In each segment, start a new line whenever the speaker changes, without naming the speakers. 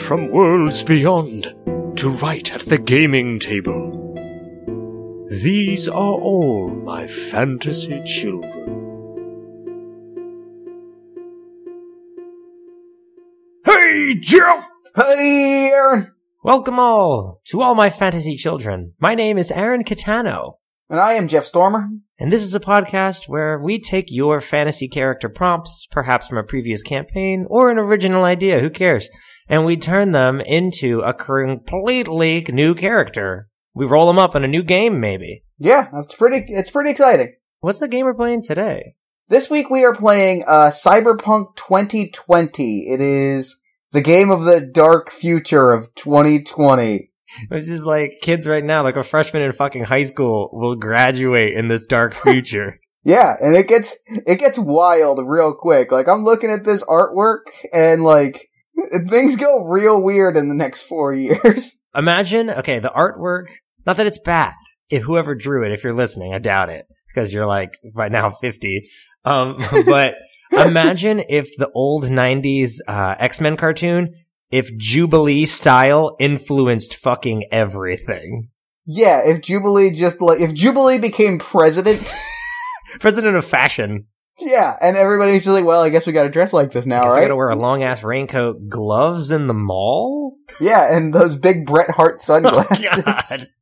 from worlds beyond to right at the gaming table. These are all my fantasy children. Hey, Jeff!
Hey, Aaron.
Welcome all to all my fantasy children. My name is Aaron Catano,
And I am Jeff Stormer.
and this is a podcast where we take your fantasy character prompts, perhaps from a previous campaign or an original idea, who cares, and we turn them into a completely new character. We roll them up in a new game, maybe.
Yeah, it's pretty. It's pretty exciting.
What's the game we're playing today?
This week we are playing uh, Cyberpunk 2020. It is the game of the dark future of 2020.
It's just like kids right now, like a freshman in fucking high school, will graduate in this dark future.
Yeah, and it gets it gets wild real quick. Like I'm looking at this artwork and like things go real weird in the next four years.
Imagine, okay, the artwork, not that it's bad. If whoever drew it, if you're listening, I doubt it because you're like by now 50. Um, but imagine if the old 90s, uh, X-Men cartoon, if Jubilee style influenced fucking everything.
yeah, if Jubilee just like if Jubilee became president,
President of fashion.
yeah, and everybody's just like, well, I guess we got to dress like this now,
I guess I
right?
gotta wear a long ass raincoat, gloves in the mall?
Yeah, and those big Bret Hart sunglasses.
Oh, God.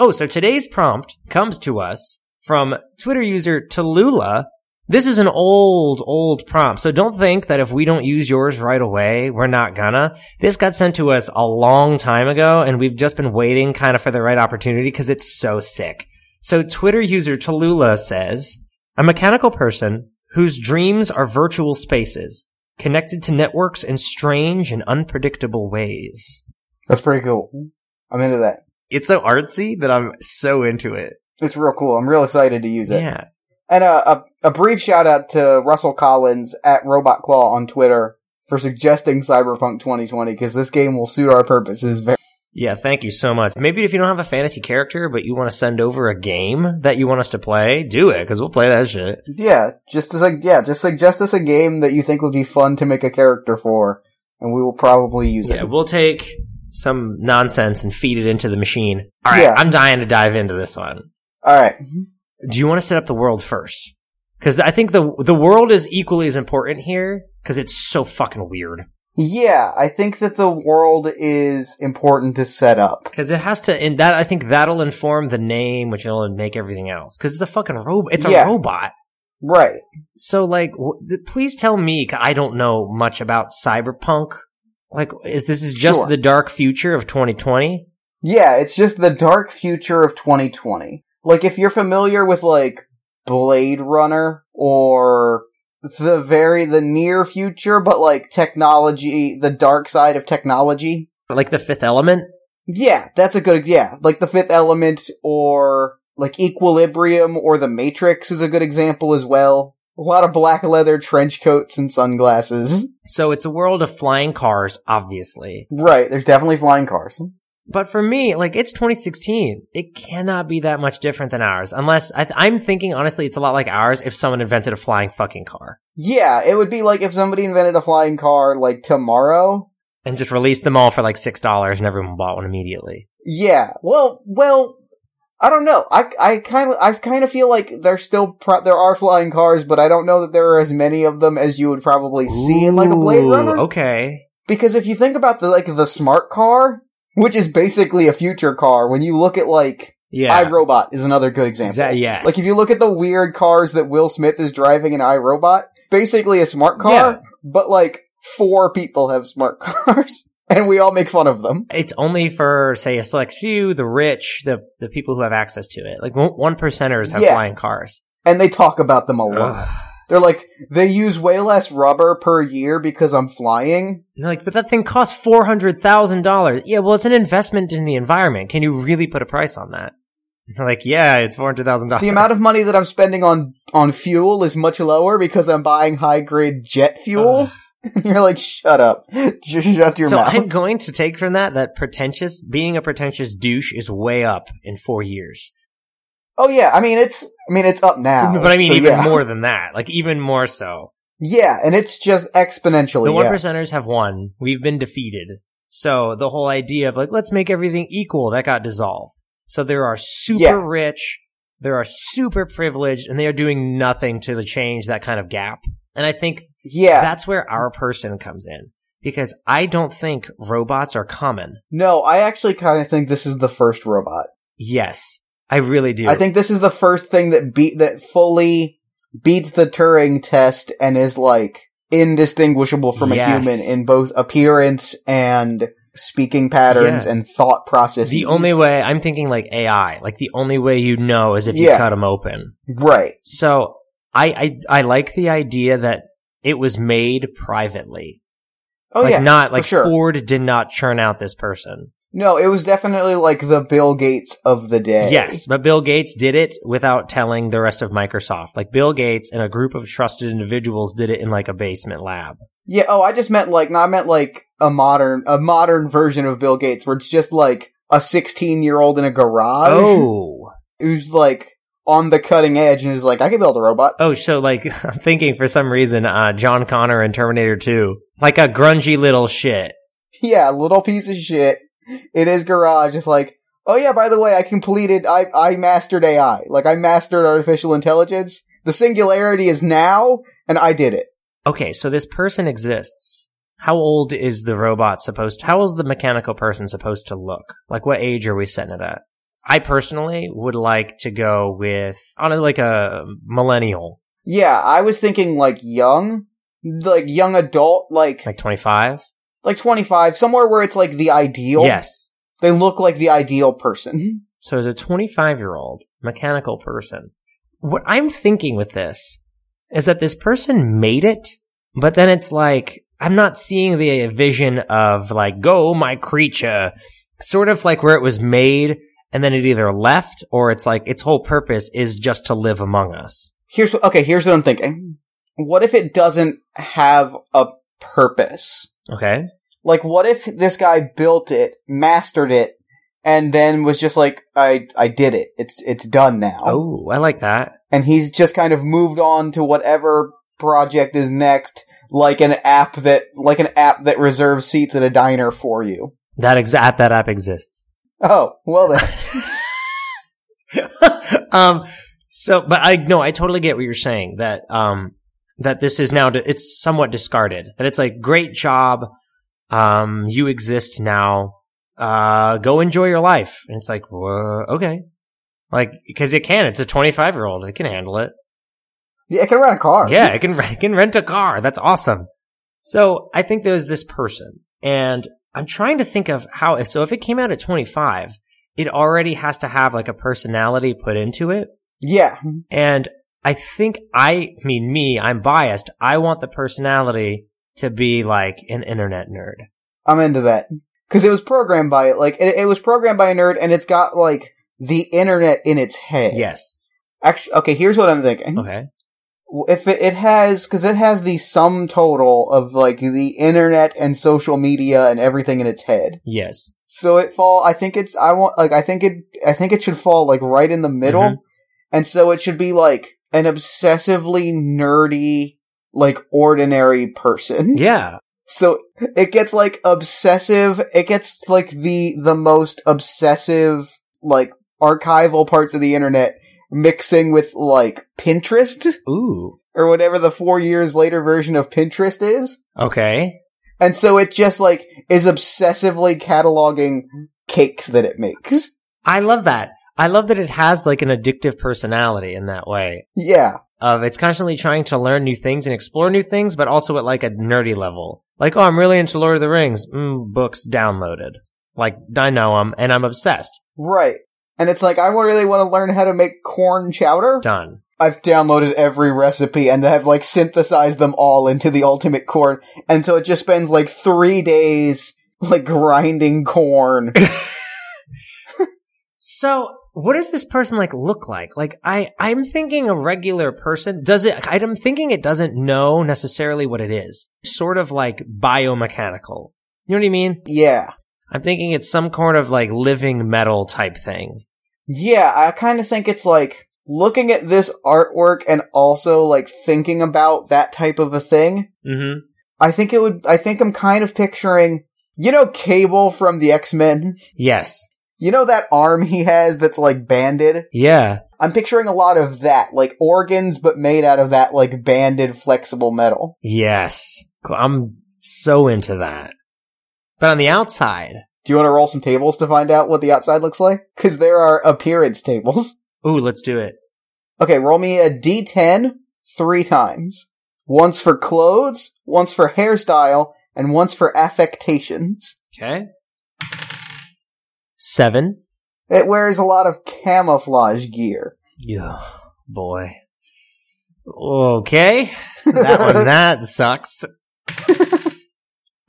Oh, so today's prompt comes to us from Twitter user Tallulah. This is an old, old prompt. So don't think that if we don't use yours right away, we're not gonna. This got sent to us a long time ago and we've just been waiting kind of for the right opportunity because it's so sick. So Twitter user Tallulah says, a mechanical person whose dreams are virtual spaces connected to networks in strange and unpredictable ways.
That's pretty cool. I'm into that.
It's so artsy that I'm so into it.
It's real cool. I'm real excited to use it.
Yeah.
And a, a, a brief shout out to Russell Collins at Robot Claw on Twitter for suggesting Cyberpunk 2020 because this game will suit our purposes very.
Yeah, thank you so much. Maybe if you don't have a fantasy character, but you want to send over a game that you want us to play, do it, because we'll play that shit.
Yeah, just as a, yeah, just suggest us a game that you think would be fun to make a character for, and we will probably use
Yeah,
it.
we'll take some nonsense and feed it into the machine. All right,
Yeah.
I'm dying to dive into this one.
All right.
Mm-hmm. Do you want to set up the world first? Because I think the the world is equally as important here, because it's so fucking weird.
Yeah, I think that the world is important to set up.
Because it has to, and that I think that'll inform the name, which will make everything else. Because it's a fucking robot. It's a
Yeah.
robot.
Right.
So, like, w- th- please tell me, 'cause I don't know much about cyberpunk. Like, is this is just
Sure.
the dark future of 2020?
Yeah, it's just the dark future of 2020. Like, if you're familiar with, like, Blade Runner or the very, the near future, but like technology, the dark side of technology.
Like the Fifth Element?
Yeah, that's a good, yeah. Like, the fifth element or like Equilibrium or The Matrix is a good example as well. A lot of black leather trench coats and sunglasses.
So it's a world of flying cars, obviously.
Right, there's definitely flying cars.
But for me, like, it's 2016. It cannot be that much different than ours, unless I th- I'm thinking honestly, it's a lot like ours if someone invented a flying fucking car
Yeah, it would be like if somebody invented a flying car like tomorrow,
and just released them all for like six dollars and everyone bought one immediately.
Yeah. Well, well, I don't know. I I kind of I kind of feel like there's still pro- there are flying cars, but I don't know that there are as many of them as you would probably see in like a Blade
Ooh,
Runner.
Okay.
Because if you think about the like the smart car, which is basically a future car, when you look at like
Yeah.
iRobot is another good example.
Exa- yes.
Like if you look at the weird cars that Will Smith is driving in iRobot, basically a smart car,
Yeah.
but like four people have smart cars, and we all make fun of them.
it's only for say a select few, the rich, the the people who have access to it. Like one- one percenters have
Yeah.
flying cars.
and they talk about them a lot.
Ugh.
They're like they use way less rubber per year because I'm flying.
And they're like, but that thing costs four hundred thousand dollars. Yeah, well, it's an investment in the environment. Can you really put a price on that? And they're like, yeah, it's four hundred thousand dollars.
The amount of money that I'm spending on on fuel is much lower because I'm buying high grade jet fuel. You're like, shut up, just shut your
so
mouth.
I'm going to take from that that pretentious being a pretentious douche is way up in four years.
oh yeah, I mean it's I mean it's up now,
but I mean
so
even
yeah.
more than that, like even more so.
Yeah, and it's just exponentially.
The one
yeah.
percenters have won. We've been defeated. So the whole idea of like, let's make everything equal, that got dissolved. So there are super
Yeah.
rich, there are super privileged, and they are doing nothing to change that kind of gap. And I think
Yeah.
that's where our person comes in because I don't think robots are common.
no, I actually kind of think this is the first robot.
Yes, I really do.
I think this is the first thing that beat that fully beats the Turing test and is like indistinguishable from
Yes.
a human in both appearance and speaking patterns
Yeah.
and thought processes.
the only way I'm thinking like AI, like the only way you know is if you
Yeah.
cut them open.
right?
So I, I I like the idea that it was made privately.
Oh
like
yeah,
not like
sure.
Ford did not churn out this person.
no, it was definitely like the Bill Gates of the day.
Yes, but Bill Gates did it without telling the rest of Microsoft. Like Bill Gates and a group of trusted individuals did it in like a basement lab.
Yeah. Oh, I just meant like no, I meant like a modern a modern version of Bill Gates where it's just like a sixteen year old in a garage
Oh.
who's like on the cutting edge and is like, I can build a robot.
Oh, so like I'm thinking for some reason uh John Connor and Terminator 2. Like a grungy little shit.
Yeah, little piece of shit in his garage. It's like, oh yeah, by the way, I completed. I I mastered AI. Like I mastered artificial intelligence. The singularity is now, and I did it.
Okay, so this person exists. How old is the robot supposed how is the mechanical person supposed to look? Like what age are we setting it at? I personally would like to go with on a, like a millennial,
Yeah, I was thinking like young, like young adult, like
like 25.
like twenty five, somewhere where it's like the ideal.
Yes.
they look like the ideal person.
So as a 25 year old mechanical person, what I'm thinking with this is that this person made it, but then it's like, I'm not seeing the vision of like, go my creature, sort of like where it was made and then it either left or it's like its whole purpose is just to live among us.
Here's what, okay. Here's what I'm thinking. What if it doesn't have a purpose?
Okay.
Like, what if this guy built it, mastered it, and then was just like, "I, I did it. It's, it's done now."
Oh, I like that.
And he's just kind of moved on to whatever project is next, like an app that, like an app that reserves seats at a diner for you.
That ex- that that app exists.
Oh, well then,
um so but i no i totally get what you're saying that um that this is now it's somewhat discarded that it's like great job um you exist now uh go enjoy your life and it's like wha- okay like because it can it's a 25 year old it can handle it
Oh, yeah, I can rent a car.
yeah, I can I can rent a car. That's awesome. So I think there's this person, and I'm trying to think of how. So if it came out at 25, it already has to have like a personality put into it,
yeah,
and I think I, I mean me, I'm biased. I want the personality to be like an internet nerd.
I'm into that because it was programmed by it. Like, it, it was programmed by a nerd, and it's got like the internet in its head.
Yes.
Actually, okay. Here's what I'm thinking.
Okay.
if it, it has because it has the sum total of like the internet and social media and everything in its head
Yes.
so it fall i think it's i want like i think it i think it should fall like right in the middle
Mhm.
and so it should be like an obsessively nerdy like ordinary person
Yeah.
so it gets like obsessive it gets like the the most obsessive like archival parts of the internet mixing with like pinterest
Ooh.
or whatever the four years later version of Pinterest is.
Okay.
And so it just like is obsessively cataloging cakes that it makes.
I love that. I love that it has like an addictive personality in that way.
Yeah.
of it's constantly trying to learn new things and explore new things, but also at like a nerdy level. Like, oh, I'm really into Lord of the Rings. Mm, books downloaded. Like, I know them and I'm obsessed.
Right. And it's like I wa- really want to learn how to make corn chowder.
Done.
I've downloaded every recipe and have like synthesized them all into the ultimate corn. And so it just spends like three days like grinding corn.
So, what does this person like look like? Like, I, I'm thinking a regular person. Does it, I'm thinking it doesn't know necessarily what it is. Sort of like biomechanical. You know what I mean?
yeah.
I'm thinking it's some kind of like living metal type thing.
Yeah, I kind of think it's like looking at this artwork and also like thinking about that type of a thing.
Mm-hmm.
I think it would. I think I'm kind of picturing You know Cable from the X-Men?
Yes.
You know that arm he has that's like banded?
Yeah.
I'm picturing a lot of that, like organs, but made out of that like banded flexible metal.
Yes. Cool. I'm so into that. But on the outside,
Do you want to roll some tables to find out what the outside looks like? Because there are appearance tables.
ooh, let's do it.
Okay, roll me a d10 three times. Once for clothes, once for hairstyle, and once for affectations.
Okay. Seven.
It wears a lot of camouflage gear.
Yeah, boy. Okay. That one, that sucks.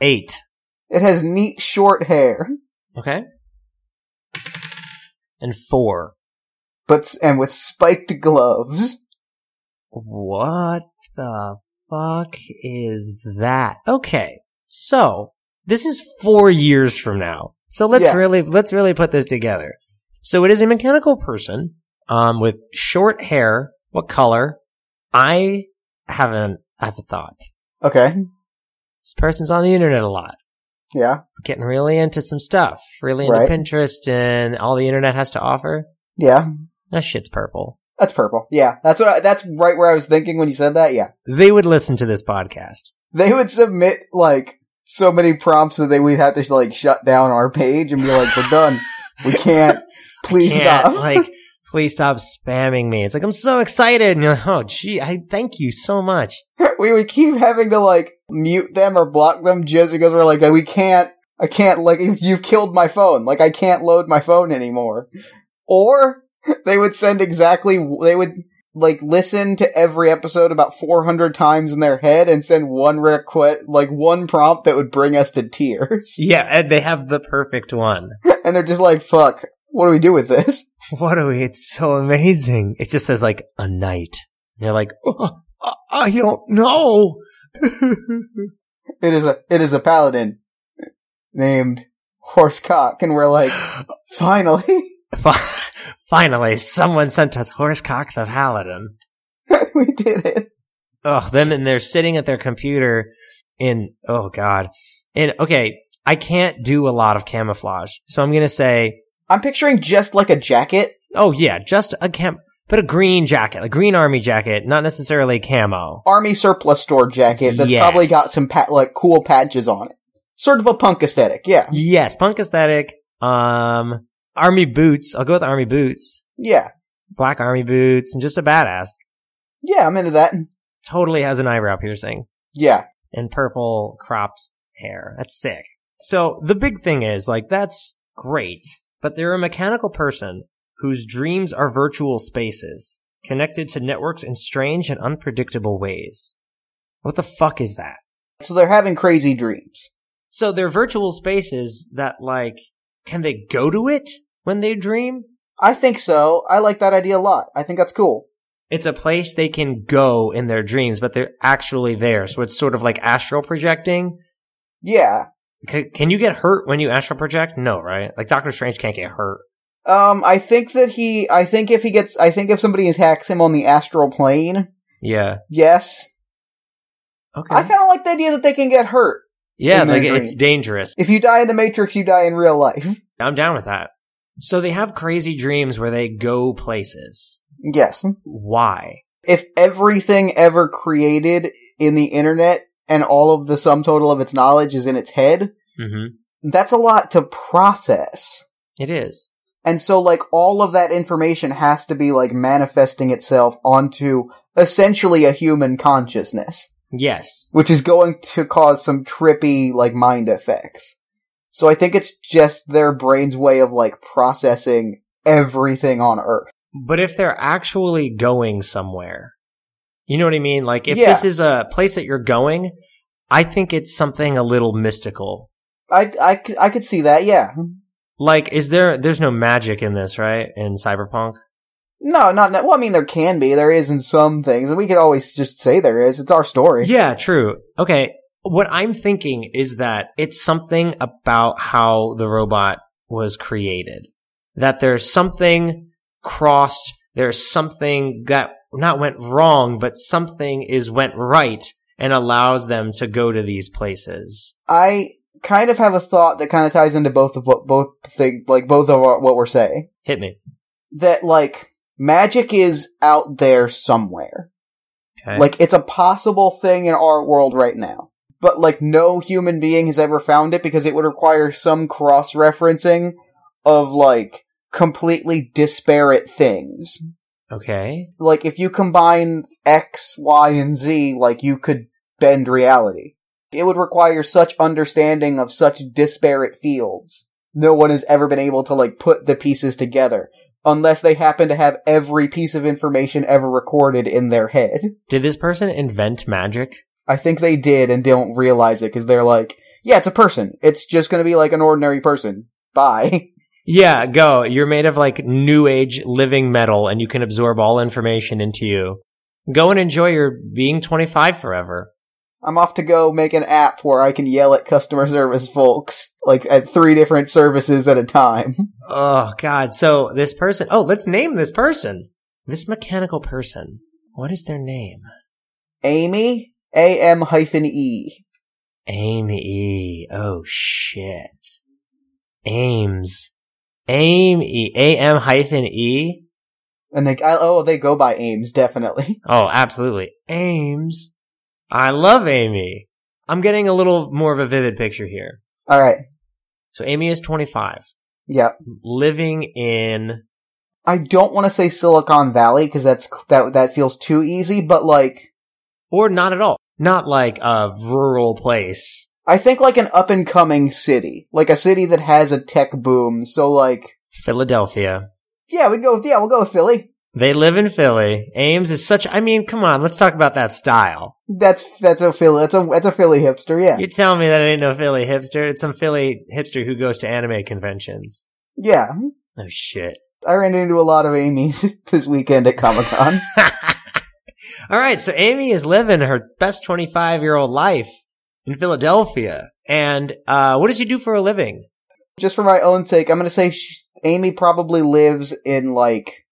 Eight.
It has neat short hair,
Okay. And four.
but s- and with spiked gloves.
What the fuck is that? Okay. So this is four years from now. So let's
Yeah.
really, let's really put this together. So it is a mechanical person, um, with short hair. What color? I haven't, I have a thought.
Okay,
This person's on the internet a lot.
yeah,
getting really into some stuff, really into
Right.
Pinterest and all the internet has to offer.
yeah.
That shit's purple.
That's purple. Yeah, that's what I, that's right where I was thinking when you said that. Yeah,
They would listen to this podcast.
they would submit like so many prompts that they would have to like shut down our page and be like, "We're done. We can't. Please
Can't,
stop."
like, please stop spamming me. It's like, I'm so excited. And you're like, oh, gee, I thank you so much.
we would keep having to like mute them or block them just because we're like, we can't, I can't, like, if you've killed my phone. Like, I can't load my phone anymore. Or they would send exactly, they would like listen to every episode about 400 times in their head and send one request, like one prompt that would bring us to tears.
Yeah, and they have the perfect one.
and they're just like, fuck, what do we do with this?
What are we? It's so amazing. It just says, like, a night. And you're like, oh, I- I don't know.
It is a, it is a paladin named Horsecock. And we're like, finally.
Fi- Finally, someone sent us Horsecock the Paladin.
we did it.
Oh, them and they're sitting at their computer in oh god. And okay, I can't do a lot of camouflage. So I'm going to say,
I'm picturing just like a jacket.
oh yeah, just a cam but a green jacket, a green army jacket, not necessarily camo.
Army surplus store jacket that's
Yes.
probably got some pat- like cool patches on it. Sort of a punk aesthetic, yeah.
Yes, punk aesthetic. Um army boots. I'll go with army boots.
Yeah.
Black army boots and just a badass.
Yeah, I'm into that.
Totally has an eyebrow piercing.
Yeah.
and purple cropped hair. That's sick. So the big thing is like that's great, but they're a mechanical person whose dreams are virtual spaces connected to networks in strange and unpredictable ways. What the fuck is that?
So they're having crazy dreams.
So they're virtual spaces that like can they go to it when they dream?
I think so. I like that idea a lot. I think that's cool.
It's a place they can go in their dreams, but they're actually there. So it's sort of like astral projecting,
Yeah.
C- can you get hurt when you astral project? No, right? Like Doctor Strange can't get hurt.
Um, I think that he, I think if he gets, I think if somebody attacks him on the astral plane,
Yeah.
yes.
Okay.
I kind of like the idea that they can get hurt.
yeah,
in their
like
dream.
it's dangerous.
If you die in the Matrix, you die in real life.
I'm down with that. So they have crazy dreams where they go places.
Yes.
Why?
if everything ever created in the internet and all of the sum total of its knowledge is in its head,
Mm-hmm.
that's a lot to process.
It is.
And so, like, all of that information has to be, like, manifesting itself onto essentially a human consciousness,
Yes.
which is going to cause some trippy, like, mind effects. So I think it's just their brain's way of, like, processing everything on Earth.
But if they're actually going somewhere, you know what I mean? Like if
Yeah.
this is a place that you're going, I think it's something a little mystical.
I, I, c- I could see that, yeah.
Like, is there, there's no magic in this, right? In Cyberpunk?
No, not ne- well. I mean, there can be. There is in some things, and we could always just say there is. It's our story.
Yeah, true. Okay. What I'm thinking is that it's something about how the robot was created. That there's something crossed, there's something that not went wrong, but something is went right and allows them to go to these places.
I kind of have a thought that kind of ties into both of what both things, like both of our, what we're saying.
Hit me.
That like magic is out there somewhere.
Okay.
Like it's a possible thing in our world right now. But like no human being has ever found it because it would require some cross referencing of like completely disparate things.
okay.
Like if you combine X, Y, and Z, like you could bend reality. It would require such understanding of such disparate fields. No one has ever been able to like put the pieces together unless they happen to have every piece of information ever recorded in their head.
Did this person invent magic?
I think they did and don't realize it because they're like, yeah, it's a person. It's just going to be like an ordinary person. Bye.
Yeah, go. You're made of like new age living metal and you can absorb all information into you. Go and enjoy your being 25 forever.
I'm off to go make an app where I can yell at customer service folks, like at three different services at a time.
Oh god. So this person, oh, let's name this person. This mechanical person. What is their name?
Amy? A-M hyphen E.
Amy E. Oh shit. Ames. Aim E. A M hyphen E.
And they, I, oh, they go by Ames, definitely.
Oh, absolutely. Ames. I love Amy. I'm getting a little more of a vivid picture here.
Alright.
So Amy is 25,
Yeah.
living in
I don't want to say Silicon Valley because that's, that, that feels too easy, but like,
or not at all. Not like a rural place.
I think like an up and coming city, like a city that has a tech boom. So like,
Philadelphia.
yeah, we go. Yeah, we'll go with Philly.
They live in Philly. Ames is such I mean, come on, let's talk about that style.
That's that's a Philly. That's a that's a Philly hipster. Yeah,
You're telling me that I ain't no Philly hipster. It's some Philly hipster who goes to anime conventions.
yeah.
Oh shit.
I ran into a lot of Amy's this weekend at Comic Con.
All right, so Amy is living her best 25 year old life in Philadelphia. And uh, what does she do for a living?
Just for my own sake, I'm gonna say sh- Amy probably lives in like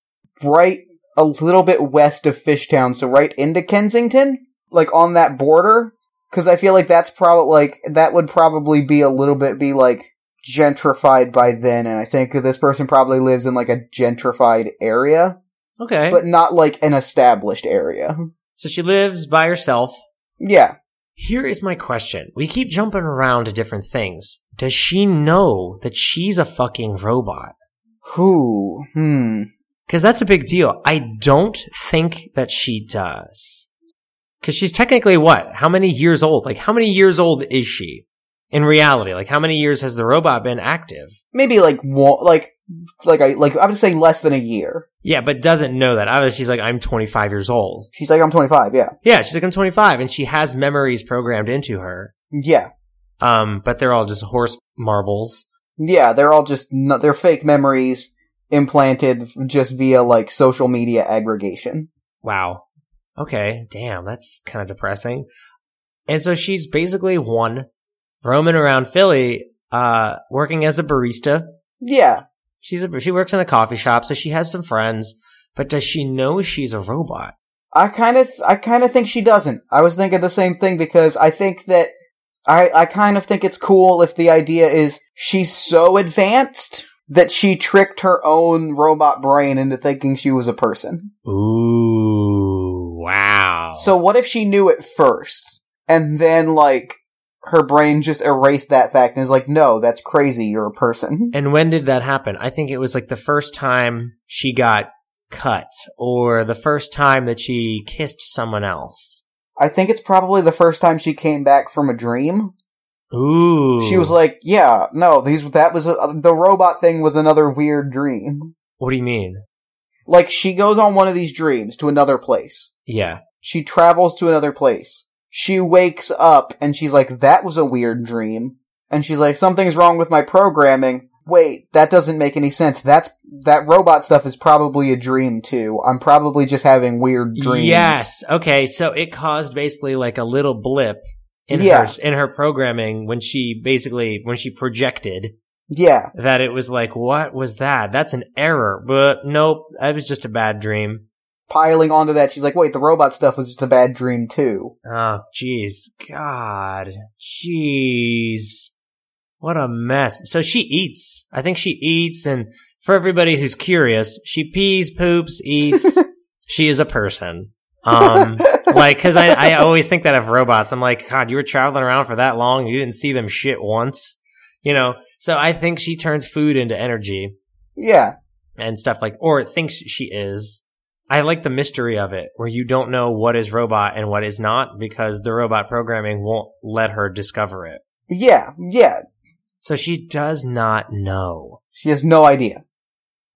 right a little bit west of Fishtown, so right into Kensington, like on that border. Because I feel like that's probably like that would probably be a little bit be like gentrified by then, and I think that this person probably lives in like a gentrified area,
Okay.
but not like an established area.
so she lives by herself.
Yeah,
Here is my question. We keep jumping around to different things. Does she know that she's a fucking robot?
who? Hmm.
Because that's a big deal. I don't think that she does. Because she's technically what? How many years old? Like, how many years old is she in reality? Like, how many years has the robot been active?
maybe like one, like like I like I'm just saying less than a year.
Yeah, but doesn't know that. Obviously, she's like, I'm 25 years old.
She's like I'm 25. Yeah,
Yeah, she's like, I'm 25, and she has memories programmed into her.
yeah,
Um, but they're all just horse marbles.
yeah. They're all just n they're fake memories implanted just via like social media aggregation.
Wow. Okay. Damn, that's kind of depressing. And so she's basically one roaming around Philly, uh, working as a barista.
Yeah,
She's a, she works in a coffee shop, so she has some friends. But does she know she's a robot?
I kind of I kind of think she doesn't. I was thinking the same thing because I think that I I kind of think it's cool if the idea is she's so advanced that she tricked her own robot brain into thinking she was a person.
Ooh, wow.
So what if she knew it first, and then like her brain just erased that fact and is like, "No, that's crazy. You're a person."
And when did that happen? I think it was like the first time she got cut or the first time that she kissed someone else.
I think it's probably the first time she came back from a dream.
Ooh.
She was like, "Yeah, no, these that was a, the robot thing was another weird dream."
What do you mean?
Like she goes on one of these dreams to another place.
Yeah.
She travels to another place. She wakes up and she's like, "That was a weird dream." And she's like, "Something's wrong with my programming." Wait, that doesn't make any sense. That's that robot stuff is probably a dream too. I'm probably just having weird dreams.
Yes. Okay. So it caused basically like a little blip in
Yeah.
her in her programming when she basically when she projected
Yeah.
that it was like what was that? That's an error. But nope, that was just a bad dream.
Piling onto that, she's like, "Wait, the robot stuff was just a bad dream too."
Oh, jeez. God. Jeez. What a mess. So she eats. I think she eats, and for everybody who's curious, she pees, poops, eats. she is a person. Um, like, cause I, I always think that of robots. I'm like, God, you were traveling around for that long. You didn't see them shit once, you know? So I think she turns food into energy
Yeah.
and stuff like, or thinks she is. I like the mystery of it where you don't know what is robot and what is not because the robot programming won't let her discover it.
Yeah. Yeah.
So she does not know.
She has no idea.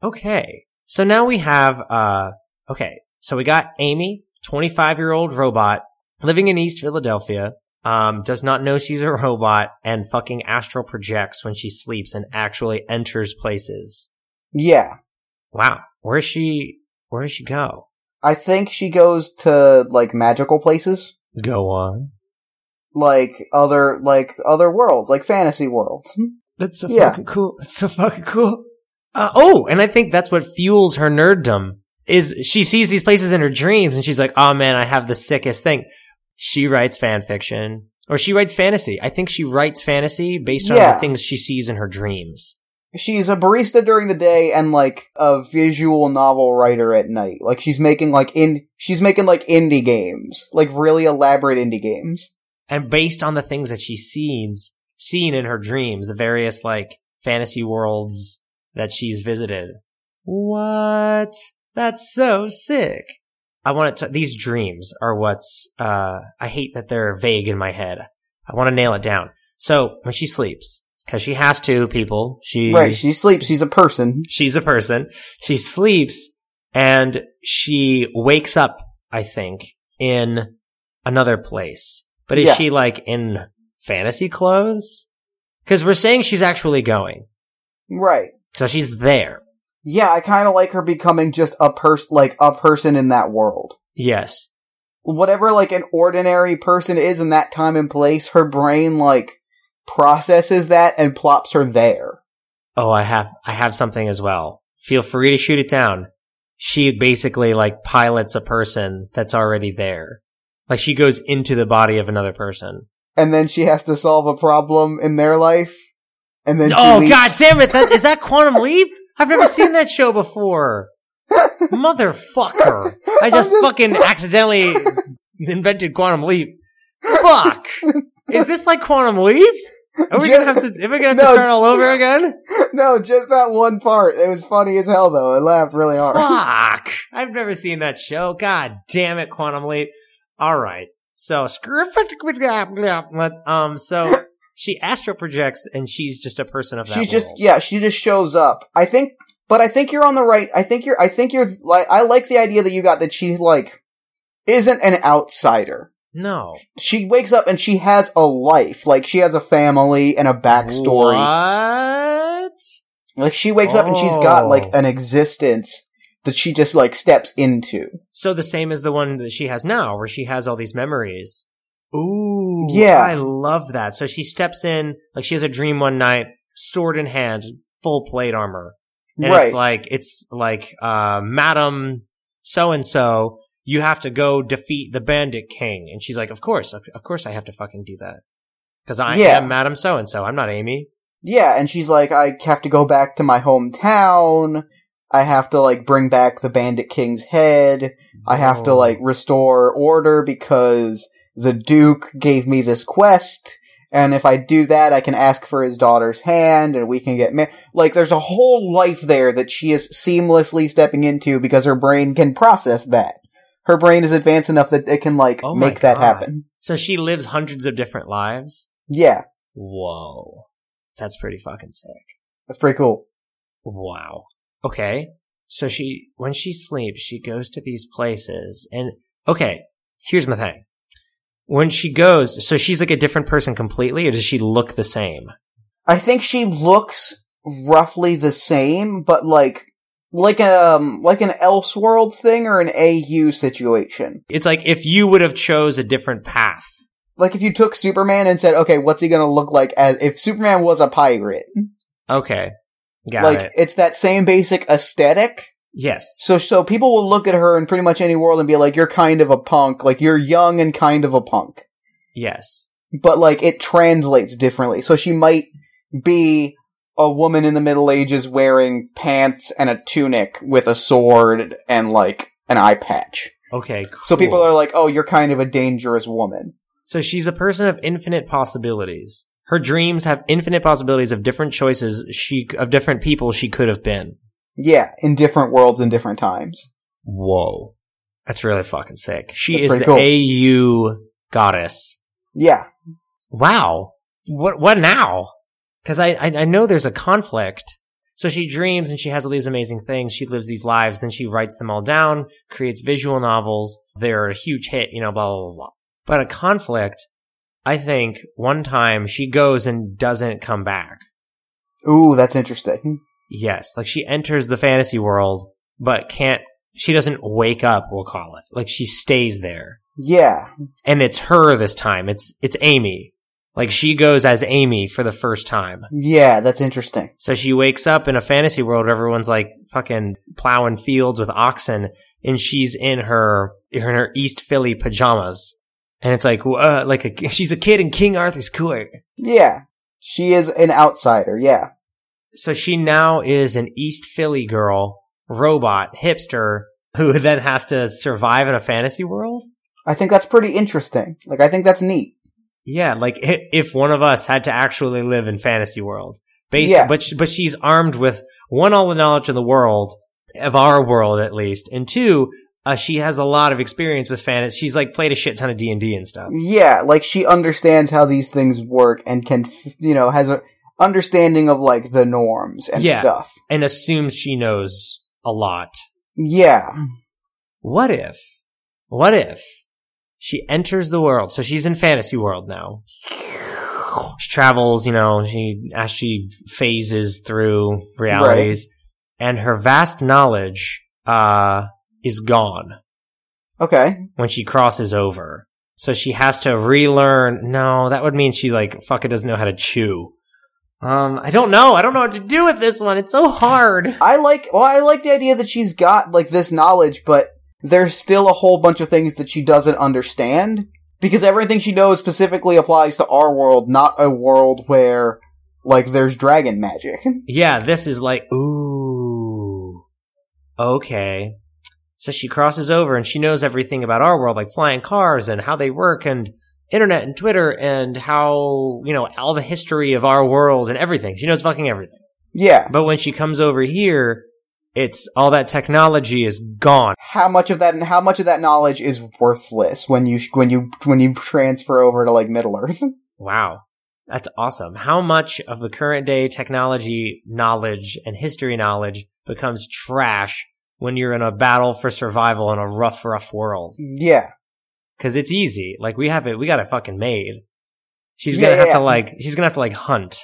Okay. So now we have, uh, okay. So we got Amy, 25 year old robot living in East Philadelphia, um, does not know she's a robot and fucking astral projects when she sleeps and actually enters places.
Yeah.
Wow. Where is she? Where does she go?
I think she goes to like magical places,
Go on.
like other like other worlds, like fantasy worlds.
That's so
Yeah.
fucking cool. That's so fucking cool. Uh, oh, and I think that's what fuels her nerddom is she sees these places in her dreams and she's like, oh man, I have the sickest thing. She writes fan fiction or she writes fantasy. I think she writes fantasy based on
Yeah.
the things she sees in her dreams.
She's a barista during the day and like a visual novel writer at night. Like she's making like in she's making like indie games, like really elaborate indie games.
And based on the things that she sees, seen in her dreams, the various like fantasy worlds that she's visited. What? That's so sick. I want it to, these dreams are what's, uh, I hate that they're vague in my head. I want to nail it down. So when she sleeps, cause she has to, people, she,
Right? She sleeps. She's a person.
she's a person. She sleeps and she wakes up, I think, in another place. But is
Yeah.
she like in fantasy clothes? Cause we're saying she's actually going.
Right?
So she's there.
Yeah. I kind of like her becoming just a person, like a person in that world.
Yes.
whatever like an ordinary person is in that time and place, her brain like processes that and plops her there.
Oh, I have, I have something as well. Feel free to shoot it down. She basically like pilots a person that's already there. Like she goes into the body of another person.
And then she has to solve a problem in their life. And then she
oh
leaves.
god damn it! That, is that Quantum Leap? I've never seen that show before. Motherfucker! I just,
I'm just-
fucking accidentally invented Quantum Leap. Fuck! Is this like Quantum Leap? Are we gonna have to? Are we gonna have to
No.
start all over again?
no, just that one part. It was funny as hell though. I laughed really hard.
Fuck! I've never seen that show. God damn it, Quantum Leap. All right. So screw it. Um. So she astral projects, and she's just a person of that.
She's just
world.
yeah, she just shows up. I think but I think you're on the right I think you're I think you're like I like the idea that you got that she like isn't an outsider.
no
she wakes up and she has a life. Like she has a family and a backstory.
What?
Like she wakes up and she's got
Oh.
like an existence that she just like steps into.
So the same as the one that she has now, where she has all these memories. Ooh,
Yeah.
I love that. So she steps in, like she has a dream one night, sword in hand, full plate armor, and
right.
it's like it's like, uh, Madam So and So, you have to go defeat the Bandit King, and she's like, of course, of of course, I have to fucking do that because I
Yeah.
am Madam So and So. I'm not Amy.
yeah, and she's like, I have to go back to my hometown. I have to like bring back the Bandit King's head. I have to
Oh.
like restore order because the Duke gave me this quest. And if I do that, I can ask for his daughter's hand and we can get married. Like, there's a whole life there that she is seamlessly stepping into because her brain can process that. Her brain is advanced enough that it can, like,
Oh my
make that
God.
happen.
So she lives hundreds of different lives.
Yeah.
Whoa, that's pretty fucking sick.
That's pretty cool.
Wow. Okay. So she, when she sleeps, she goes to these places and, okay, here's my thing. When she goes, so she's like a different person completely or does she look the same?
I think she looks roughly the same, but like like um like an Elseworlds thing or an AU situation.
It's like if you would have chose a different path.
Like if you took Superman and said, okay, what's he gonna look like as if Superman was a pirate?
Okay. Got
like
it.
it's that same basic aesthetic.
Yes.
So so people will look at her in pretty much any world and be like, you're kind of a punk. Like you're young and kind of a punk.
Yes.
But like it translates differently. So she might B, a woman in the Middle Ages wearing pants and a tunic with a sword and like an eye patch.
Okay, cool.
So people are like, oh, you're kind of a dangerous woman.
So she's a person of infinite possibilities. Her dreams have infinite possibilities of different choices she of different people she could have been.
Yeah, in different worlds and different times.
Whoa. That's really fucking sick. She
That's
is
pretty
the AU goddess.
Yeah.
Wow. What what now? Cuz I, I I know there's a conflict. So she dreams and she has all these amazing things. She lives these lives, then she writes them all down, creates visual novels. They're a huge hit, you know, blah blah blah. blah. But a conflict, I think one time she goes and doesn't come back.
Ooh, that's interesting.
Yes, like she enters the fantasy world, but can't, she doesn't wake up, we'll call it. Like she stays there.
Yeah.
And it's her this time. It's, it's Amy. Like she goes as Amy for the first time.
Yeah, that's interesting.
So she wakes up in a fantasy world where everyone's like fucking plowing fields with oxen and she's in her, in her East Philly pajamas. And it's like, uh, like a, she's a kid in King Arthur's court.
Yeah. She is an outsider, yeah.
So she now is an East Philly girl, robot, hipster, who then has to survive in a fantasy world?
I think that's pretty interesting. Like, I think that's neat.
Yeah, like i- if one of us had to actually live in fantasy world. Based,
Yeah.
but, she, but she's armed with one, all the knowledge of the world, of our world at least, and two, uh, she has a lot of experience with fantasy. She's like played a shit ton of D&D and
Mm.
stuff.
Yeah, like, she understands how these things work and can, f- you know, has a understanding of, like, the norms and
Yeah.
stuff.
And assumes she knows a lot.
Yeah.
What if, what if she enters the world? So she's in fantasy world now. She travels, you know, she as she phases through realities and her vast knowledge, uh, is gone
Okay.
when she crosses over. So she has to relearn. No, that would mean she like fucking doesn't know how to chew. Um, I don't know. I don't know what to do with this one. It's so hard.
I like, well, I like the idea that she's got, like, this knowledge, but there's still a whole bunch of things that she doesn't understand. Because everything she knows specifically applies to our world, not a world where, like, there's dragon magic.
Yeah, this is like, ooh, okay. So she crosses over and she knows everything about our world, like flying cars and how they work and internet and Twitter and how, you know, all the history of our world and everything. She knows fucking everything.
yeah.
But when she comes over here, it's all that technology is gone.
how much of that and how much of that knowledge is worthless when you when you when you transfer over to like Middle Earth.
Wow. That's awesome. How much of the current day technology knowledge and history knowledge becomes trash when you're in a battle for survival in a rough, rough world?
yeah,
Cause it's easy. Like we have it, we got it fucking made. She's
Yeah,
gonna have
yeah,
to
yeah.
like, she's gonna have to like hunt.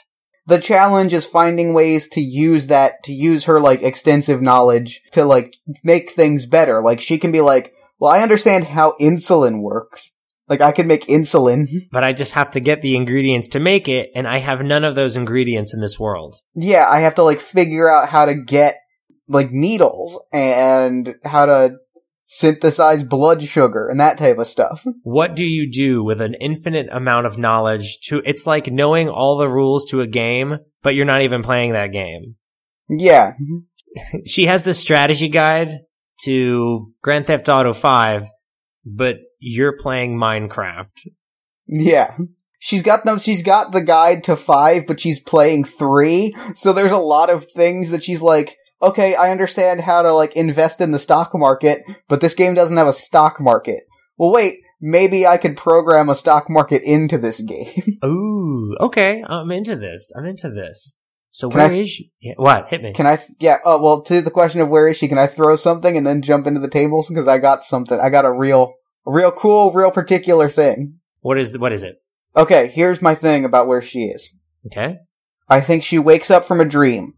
the challenge is finding ways to use that to use her like extensive knowledge to like make things better. Like she can be like, well, I understand how insulin works. Like I can make insulin.
But I just have to get the ingredients to make it, and I have none of those ingredients in this world.
yeah, I have to like figure out how to get like needles and how to synthesize blood sugar and that type of stuff.
What do you do with an infinite amount of knowledge to, it's like knowing all the rules to a game, but you're not even playing that game.
Yeah.
she has this strategy guide to Grand Theft Auto 5, but you're playing Minecraft.
Yeah. She's got them she's got the guide to 5 but she's playing 3. So there's a lot of things that she's like, "Okay, I understand how to like invest in the stock market, but this game doesn't have a stock market." Well, wait, maybe I could program a stock market into this game.
Ooh, okay. I'm into this. I'm into this. So
Can
where is
I-
she? Yeah, what? Hit me.
can I yeah, oh, well, to the question of where is she, can I throw something and then jump into the tables because I got something. I got a real a real cool, real particular thing.
what is what is it?
Okay, here's my thing about where she is.
Okay.
I think she wakes up from a dream.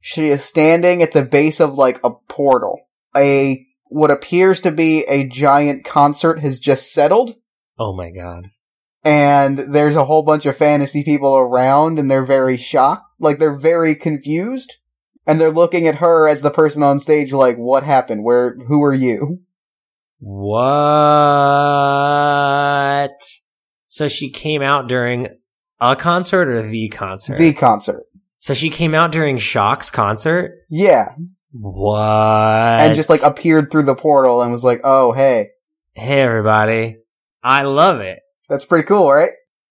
She is standing at the base of like a portal. A what appears to be a giant concert has just settled
Oh my god.
and there's a whole bunch of fantasy people around and they're very shocked, like they're very confused and they're looking at her as the person on stage like what happened? Where who are you?
What? So she came out during a concert or the concert?
The concert.
so she came out during Shock's concert.
Yeah.
What?
And just like appeared through the portal and was like, oh, hey,
hey everybody, I love it.
that's pretty cool, right?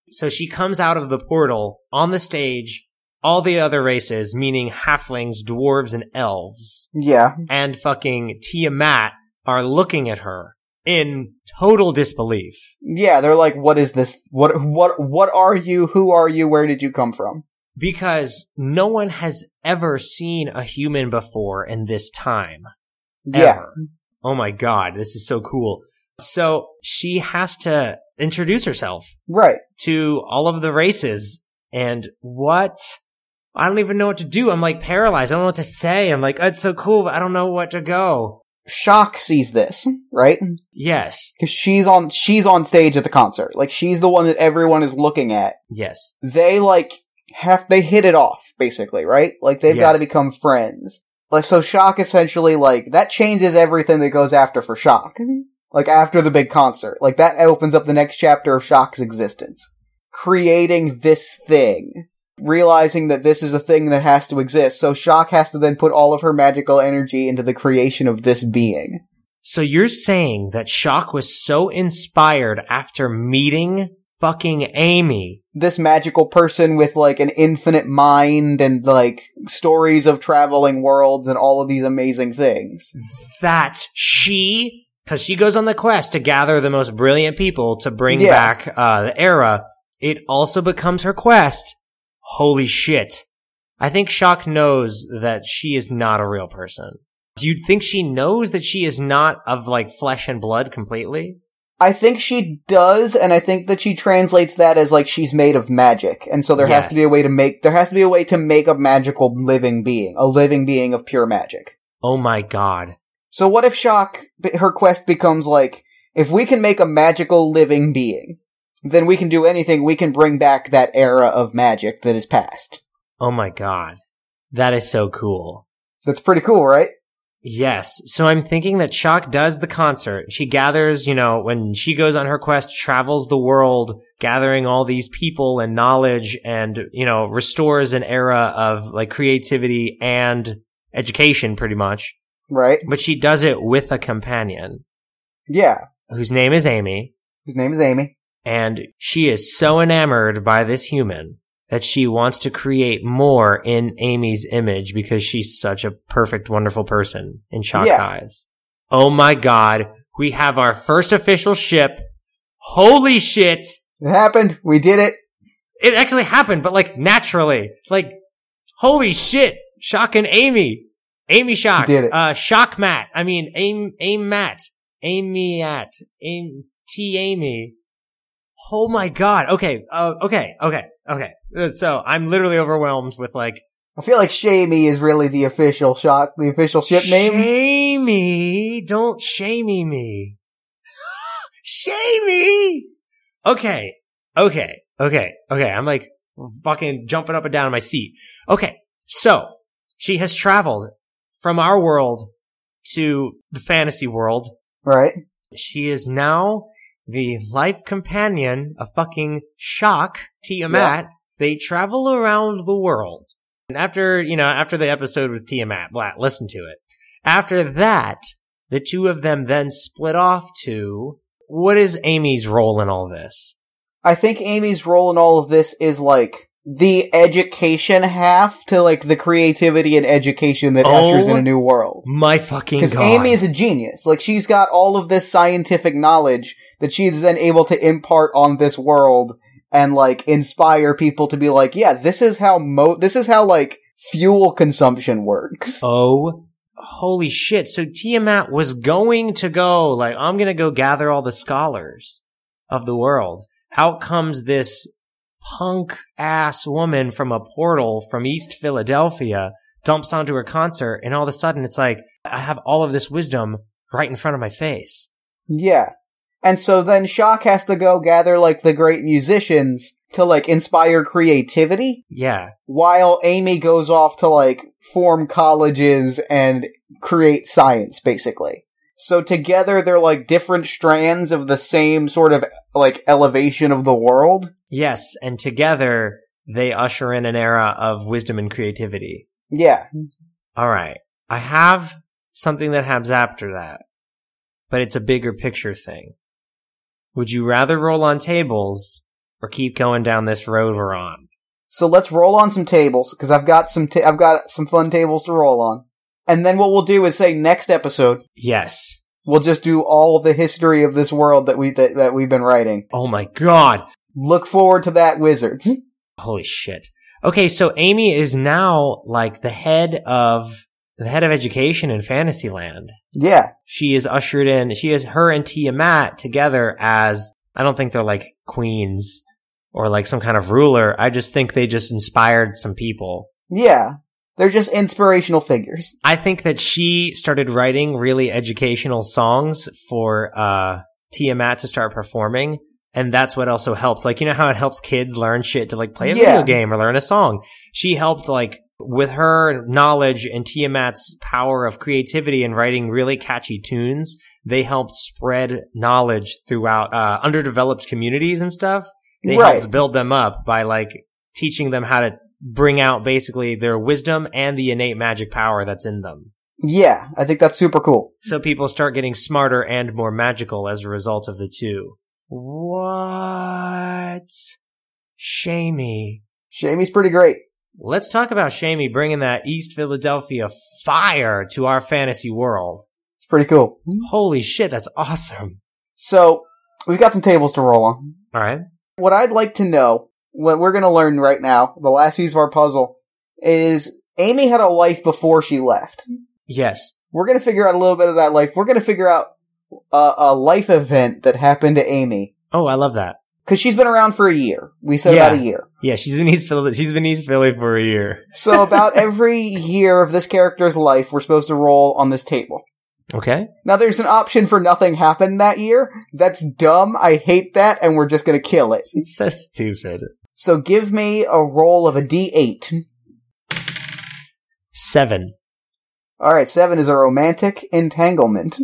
So she comes out of the portal on the stage. All the other races, meaning halflings, dwarves, and elves,
Yeah.
and fucking Tiamat are looking at her in total disbelief.
Yeah. They're like, what is this? What, what, what are you? Who are you? Where did you come from?
because no one has ever seen a human before in this time.
Yeah.
Ever. Oh my God. This is so cool. So she has to introduce herself
Right.
to all of the races and what? I don't even know what to do. I'm like paralyzed. I don't know what to say. I'm like, it's so cool. But I don't know what to go.
Shock sees this, right?
Yes.
Cause she's on, she's on stage at the concert. Like she's the one that everyone is looking at.
Yes.
they like have they hit it off basically right like they've
Yes.
got to become friends like so shock essentially like that changes everything that goes after for shock like after the big concert like that opens up the next chapter of shock's existence creating this thing realizing that this is a thing that has to exist so shock has to then put all of her magical energy into the creation of this being
So you're saying that Shock was so inspired after meeting fucking Amy
this magical person with like an infinite mind and like stories of traveling worlds and all of these amazing things
that she, because she goes on the quest to gather the most brilliant people to bring
Yeah.
back uh, the era, it also becomes her quest. Holy shit. I think Shock knows that she is not a real person. Do you think she knows that she is not of like flesh and blood completely?
I think she does, and I think that she translates that as like she's made of magic, and so there has to
Yes.
be a way to make there has to be a way to make a magical living being, a living being of pure magic.
Oh my god.
So what if Shock b- her quest becomes like if we can make a magical living being, then we can do anything. We can bring back that era of magic that is past.
Oh my god. That is so cool.
That's pretty cool, right?
Yes. So I'm thinking that Shock does the concert. She gathers, you know, when she goes on her quest, travels the world, gathering all these people and knowledge and, you know, restores an era of like creativity and education pretty much.
Right?
But she does it with a companion
Yeah.
whose name is Amy.
His name is Amy.
And she is so enamored by this human that she wants to create more in Amy's image because she's such a perfect, wonderful person in Shock's
Yeah.
eyes. Oh my God. We have our first official ship. Holy shit.
It happened. We did it.
It actually happened, but like naturally, like holy shit. Shock and Amy. Amy Shock.
Did it.
Uh, Shock Matt. I mean, aim, aim Matt. Amy at. Aim, T Amy. Oh my god. Okay. Uh, okay. Okay. Okay. Uh, So I'm literally overwhelmed with like
I feel like Shamey is really the official Shock, the official ship name.
Shamey, don't shamey me. shamey. Okay, okay, okay, okay. I'm like fucking jumping up and down in my seat. Okay, so she has traveled from our world to the fantasy world.
Right?
She is now the life companion of fucking Shock Tiamat. They travel around the world. And after, you know, after the episode with Tiamat, blah, listen to it. After that, the two of them then split off to what is Amy's role in all this?
I think Amy's role in all of this is like the education half to like the creativity and education that
Oh.
ushers in a new world.
My fucking
Because
god.
Amy is a genius. Like she's got all of this scientific knowledge that she's then able to impart on this world and like inspire people to be like, yeah, this is how mo this is how like fuel consumption works.
Oh, holy shit. So Tiamat was going to go, like, I'm going to go gather all the scholars of the world. Out comes this punk ass woman from a portal from East Philadelphia, dumps onto her concert, and all of a sudden it's like, I have all of this wisdom right in front of my face.
Yeah. And so then Shock has to go gather like the great musicians to like inspire creativity
Yeah.
while Amy goes off to like form colleges and create science, basically. So together they're like different strands of the same sort of like elevation of the world.
Yes, and together they usher in an era of wisdom and creativity.
Yeah.
All right. I have something that happens after that, but it's a bigger picture thing. Would you rather roll on tables or keep going down this road we're on?
So let's roll on some tables because I've got some ta- I've got some fun tables to roll on. And then what we'll do is say next episode
Yes.
we'll just do all the history of this world that we that, that we've been writing.
Oh my god.
Look forward to that, wizards.
Hmm. Holy shit. Okay, so Amy is now like the head of the head of education in Fantasyland.
yeah.
She is ushered in. She is her and Tiamat together as I don't think they're like queens or like some kind of ruler. I just think they just inspired some people.
Yeah. They're just inspirational figures.
I think that she started writing really educational songs for uh, Tiamat to start performing, and that's what also helped. Like you know how it helps kids learn shit to like play a
Yeah.
video game or learn a song. She helped like with her knowledge and Tiamat's power of creativity and writing really catchy tunes. They helped spread knowledge throughout uh, underdeveloped communities and stuff. They
Right.
helped build them up by like teaching them how to bring out basically their wisdom and the innate magic power that's in them.
Yeah, I think that's super cool.
So people start getting smarter and more magical as a result of the two. What? Shamey.
Jamie's pretty great.
Let's talk about Shamey bringing that East Philadelphia fire to our fantasy world.
It's pretty cool.
Holy shit, that's awesome.
So, we've got some tables to roll on.
All right.
What I'd like to know, what we're going to learn right now, the last piece of our puzzle, is Amy had a life before she left.
Yes.
We're going to figure out a little bit of that life. We're going to figure out a, a life event that happened to Amy.
Oh, I love that.
Because she's been around for a year. We said
Yeah.
about a year.
Yeah, she's in East Philly. She's been East Philly for a year.
So, about every year of this character's life, we're supposed to roll on this table.
Okay.
Now there's an option for nothing happened that year. That's dumb. I hate that, and we're just gonna kill it.
It's so stupid.
So give me a roll of a D8.
Seven.
Alright, seven is a romantic entanglement.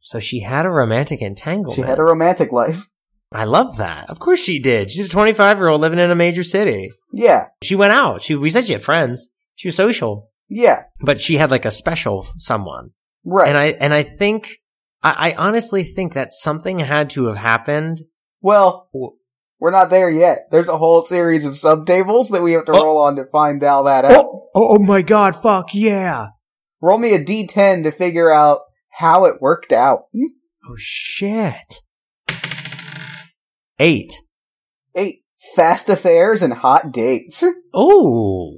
So she had a romantic entanglement.
She had a romantic life.
I love that. Of course she did. She's a 25 year old living in a major city.
Yeah,
She went out. She, we said she had friends. She was social,
yeah,
but she had like a special someone.
right.
And I, and I think, I, I honestly think that something had to have happened.
well,
Wh-
we're not there yet. There's a whole series of subtables that we have to
Oh.
roll on to find out that out.
Oh, oh oh my God. Fuck yeah.
Roll me a D10 to figure out how it worked out.
Oh shit. Eight.
Eight. Fast affairs and hot dates.
Oh,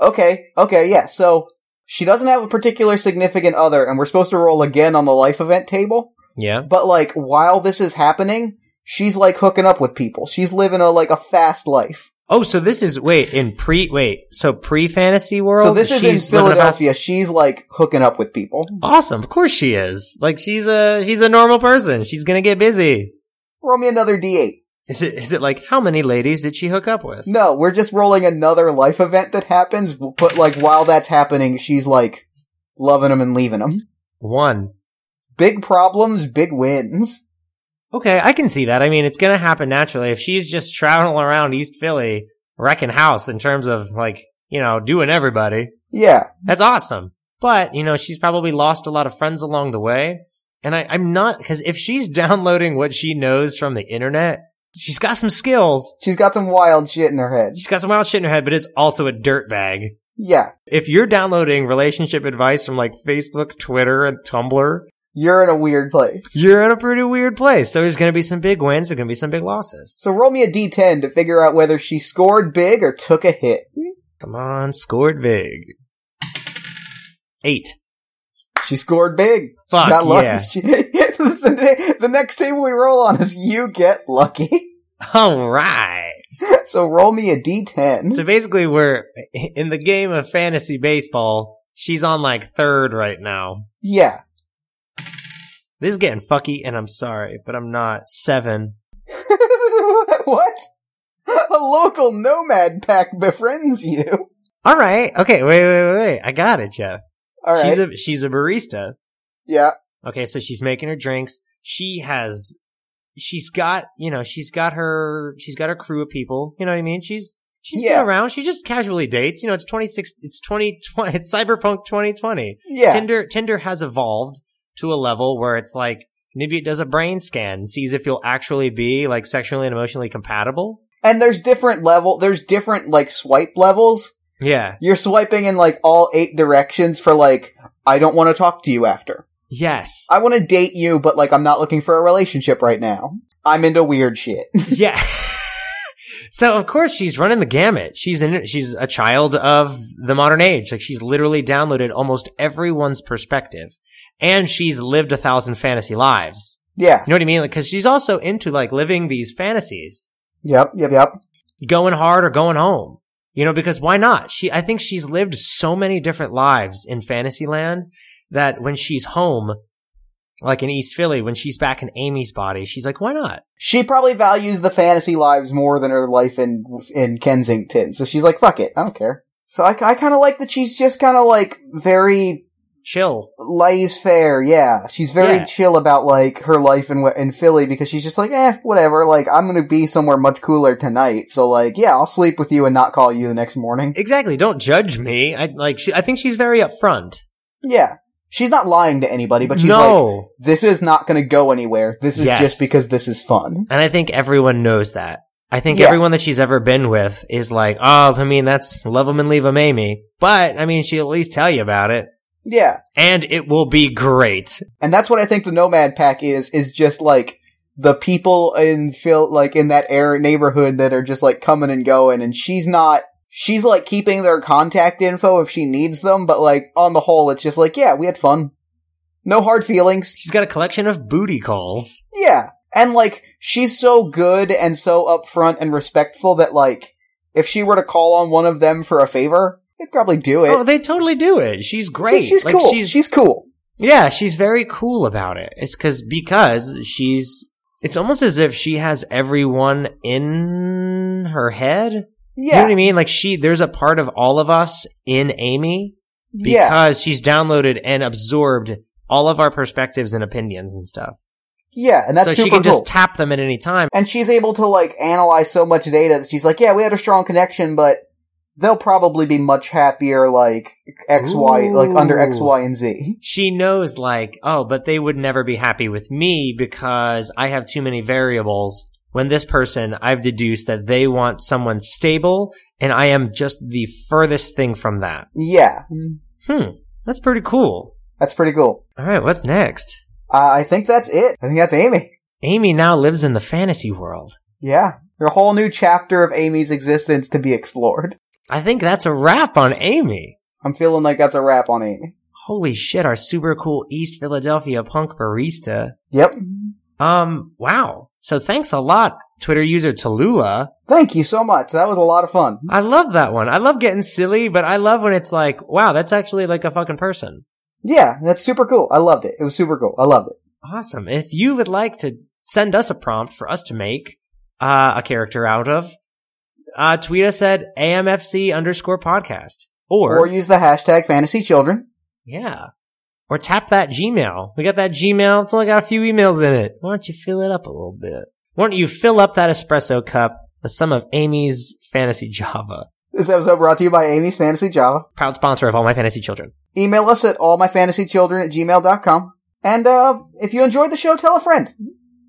Okay, okay, yeah. So she doesn't have a particular significant other, and we're supposed to roll again on the life event table.
yeah.
But like while this is happening, she's like hooking up with people. She's living a like a fast life.
Oh, so this is, wait, in pre, wait, so pre fantasy world?
so this is in
she's living a fast-
Philadelphia. She's like hooking up with people.
Awesome. Of course she is. Like she's a she's a normal person. She's gonna get busy.
Roll me another D8.
Is it is it like how many ladies did she hook up with?
No, we're just rolling another life event that happens, but like while that's happening, she's like loving them and leaving them.
One.
Big problems, big wins.
Okay, I can see that. I mean, it's gonna happen naturally if she's just traveling around East Philly wrecking house in terms of like you know doing everybody.
Yeah.
That's awesome. But you know she's probably lost a lot of friends along the way. And I, I'm not because if she's downloading what she knows from the internet, she's got some skills.
She's got some wild shit in her head.
She's got some wild shit in her head, but it's also a dirtbag.
Yeah.
if you're downloading relationship advice from like Facebook, Twitter, and Tumblr,
You're in a weird place.
you're in a pretty weird place. So there's going to be some big wins. There's going to be some big losses.
So roll me a d10 to figure out whether she scored big or took a hit.
Come on, scored big. Eight.
She scored big.
Fuck,
she got
yeah.
lucky. She- the, day- the next table we roll on is you get lucky.
All right.
So roll me a d10.
So basically, we're in the game of fantasy baseball. She's on like third right now.
yeah.
This is getting fucky, and I'm sorry, but I'm not. Seven.
what? A local nomad pack befriends you.
All right. Okay. Wait, wait, wait, wait. I got it, Jeff.
All right.
She's a, she's a barista.
yeah.
Okay, so she's making her drinks. She has she's got, you know, she's got her, she's got her crew of people. You know what I mean? She's, she's
Yeah.
been around. She just casually dates. You know, it's 26, it's 2020, it's cyberpunk 2020.
Yeah.
Tinder, Tinder has evolved to a level where it's like, maybe it does a brain scan and sees if you'll actually be like sexually and emotionally compatible.
and there's different level, there's different like swipe levels.
Yeah.
You're swiping in like all eight directions for like, I don't want to talk to you after.
Yes.
I want to date you, but like I'm not looking for a relationship right now. I'm into weird shit.
yeah. so of course she's running the gamut. She's in. She's a child of the modern age. Like she's literally downloaded almost everyone's perspective, and she's lived a thousand fantasy lives.
yeah.
You know what I mean? Like because she's also into like living these fantasies,
Yep. Yep. Yep.
going hard or going home. You know, because why not? She, I think she's lived so many different lives in Fantasyland that when she's home, like in East Philly, when she's back in Amy's body, she's like, why not?
She probably values the fantasy lives more than her life in in Kensington. So she's like, fuck it, I don't care. So I, kind of like that she's just kind of like very
Chill.
laissez faire. Yeah, she's very
Yeah.
chill about like her life in in Philly because she's just like, eh, whatever. Like I'm gonna be somewhere much cooler tonight. So like, yeah, I'll sleep with you and not call you the next morning.
Exactly. Don't judge me. I like. She, I think she's very upfront.
Yeah, she's not lying to anybody, but she's like,
no,
this is not gonna go anywhere. This is
Yes.
just because this is fun.
and I think everyone knows that. I think
Yeah.
everyone that she's ever been with is like, oh, I mean, that's love them and leave them, Amy. But I mean, she'll at least tell you about it,
Yeah.
and it will be great.
And that's what I think the Nomad Pack is, is just like the people in Phil, like in that air neighborhood that are just like coming and going and she's not, she's like keeping their contact info if she needs them, but like on the whole, it's just like, yeah, we had fun. No hard feelings.
She's got a collection of booty calls.
Yeah. And like, she's so good and so upfront and respectful that like, if she were to call on one of them for a favor, they'd probably do it.
oh, they totally do it. She's great.
She's
Like,
cool.
She's,
she's cool.
yeah, she's very cool about it. It's because because she's. It's almost as if she has everyone in her head.
Yeah.
You know what I mean? Like she, there's a part of all of us in Amy
yeah.
because she's downloaded and absorbed all of our perspectives and opinions and stuff.
Yeah. And that's
so
super
she can
cool.
just tap them at any time.
And she's able to like analyze so much data that she's like, yeah, we had a strong connection, but they'll probably be much happier like X, Y, like under X,
Ooh.
Y, and Z.
She knows like, oh, but they would never be happy with me because I have too many variables. When this person, I've deduced that they want someone stable and I am just the furthest thing from that.
Yeah,
Hmm. That's pretty cool.
that's pretty cool.
All right. What's next?
Uh, I think that's it. I think that's Amy.
Amy now lives in the fantasy world.
Yeah, there's a whole new chapter of Amy's existence to be explored.
I think that's a wrap on Amy.
I'm feeling like that's a wrap on Amy.
Holy shit, our super cool East Philadelphia punk barista.
Yep.
Um, wow. So thanks a lot, Twitter user Tallulah.
Thank you so much. That was a lot of fun.
I love that one. I love getting silly, but I love when it's like, wow, that's actually like a fucking person.
Yeah, that's super cool. I loved it. It was super cool. I loved it.
Awesome. If you would like to send us a prompt for us to make uh, a character out of, uh, tweet us at AMFC underscore podcast. Or,
Or use the hashtag fantasy children.
yeah. Or tap that Gmail. We got that Gmail. It's only got a few emails in it. Why don't you fill it up a little bit? Why don't you fill up that espresso cup with some of Amy's fantasy Java?
This episode brought to you by Amy's Fantasy Java.
proud sponsor of all my fantasy children.
email us at allmyfantasychildren at gmail.com. And uh, if you enjoyed the show, tell a friend.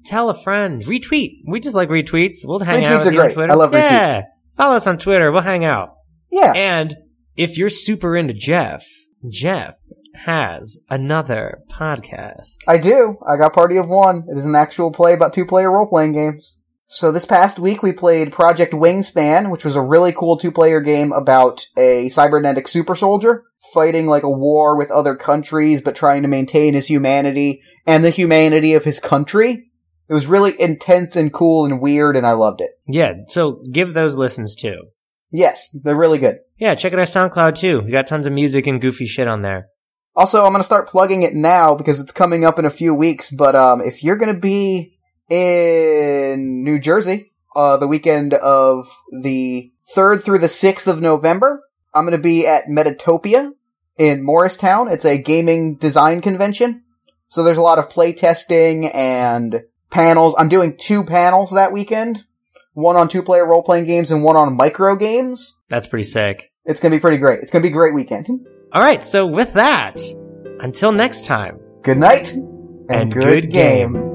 Tell a friend, retweet. We just like retweets. We'll hang
Retweets
out with
are
you on
great.
Twitter.
I love
yeah. Follow us on Twitter. We'll hang out.
Yeah.
And if you're super into Jeff, Jeff has another podcast.
I do. I got Party of One. It is an actual play about two player role playing games. So this past week we played Project Wingspan, which was a really cool two player game about a cybernetic super soldier fighting like a war with other countries but trying to maintain his humanity and the humanity of his country. It was really intense and cool and weird and I loved it.
Yeah. So give those listens too.
Yes, they're really good.
Yeah. Check out our SoundCloud too. We got tons of music and goofy shit on there.
Also, I'm going to start plugging it now because it's coming up in a few weeks. But um, if you're going to be in New Jersey uh, the weekend of the 3rd through the 6th of November, I'm going to be at Metatopia in Morristown. It's a gaming design convention. So there's a lot of play testing and panels. I'm doing two panels that weekend. One on two player role playing games and one on micro games.
That's pretty sick.
It's gonna be pretty great. It's gonna be a great weekend.
All right, so with that, until next time.
Good night and,
And
good,
good
game.
game.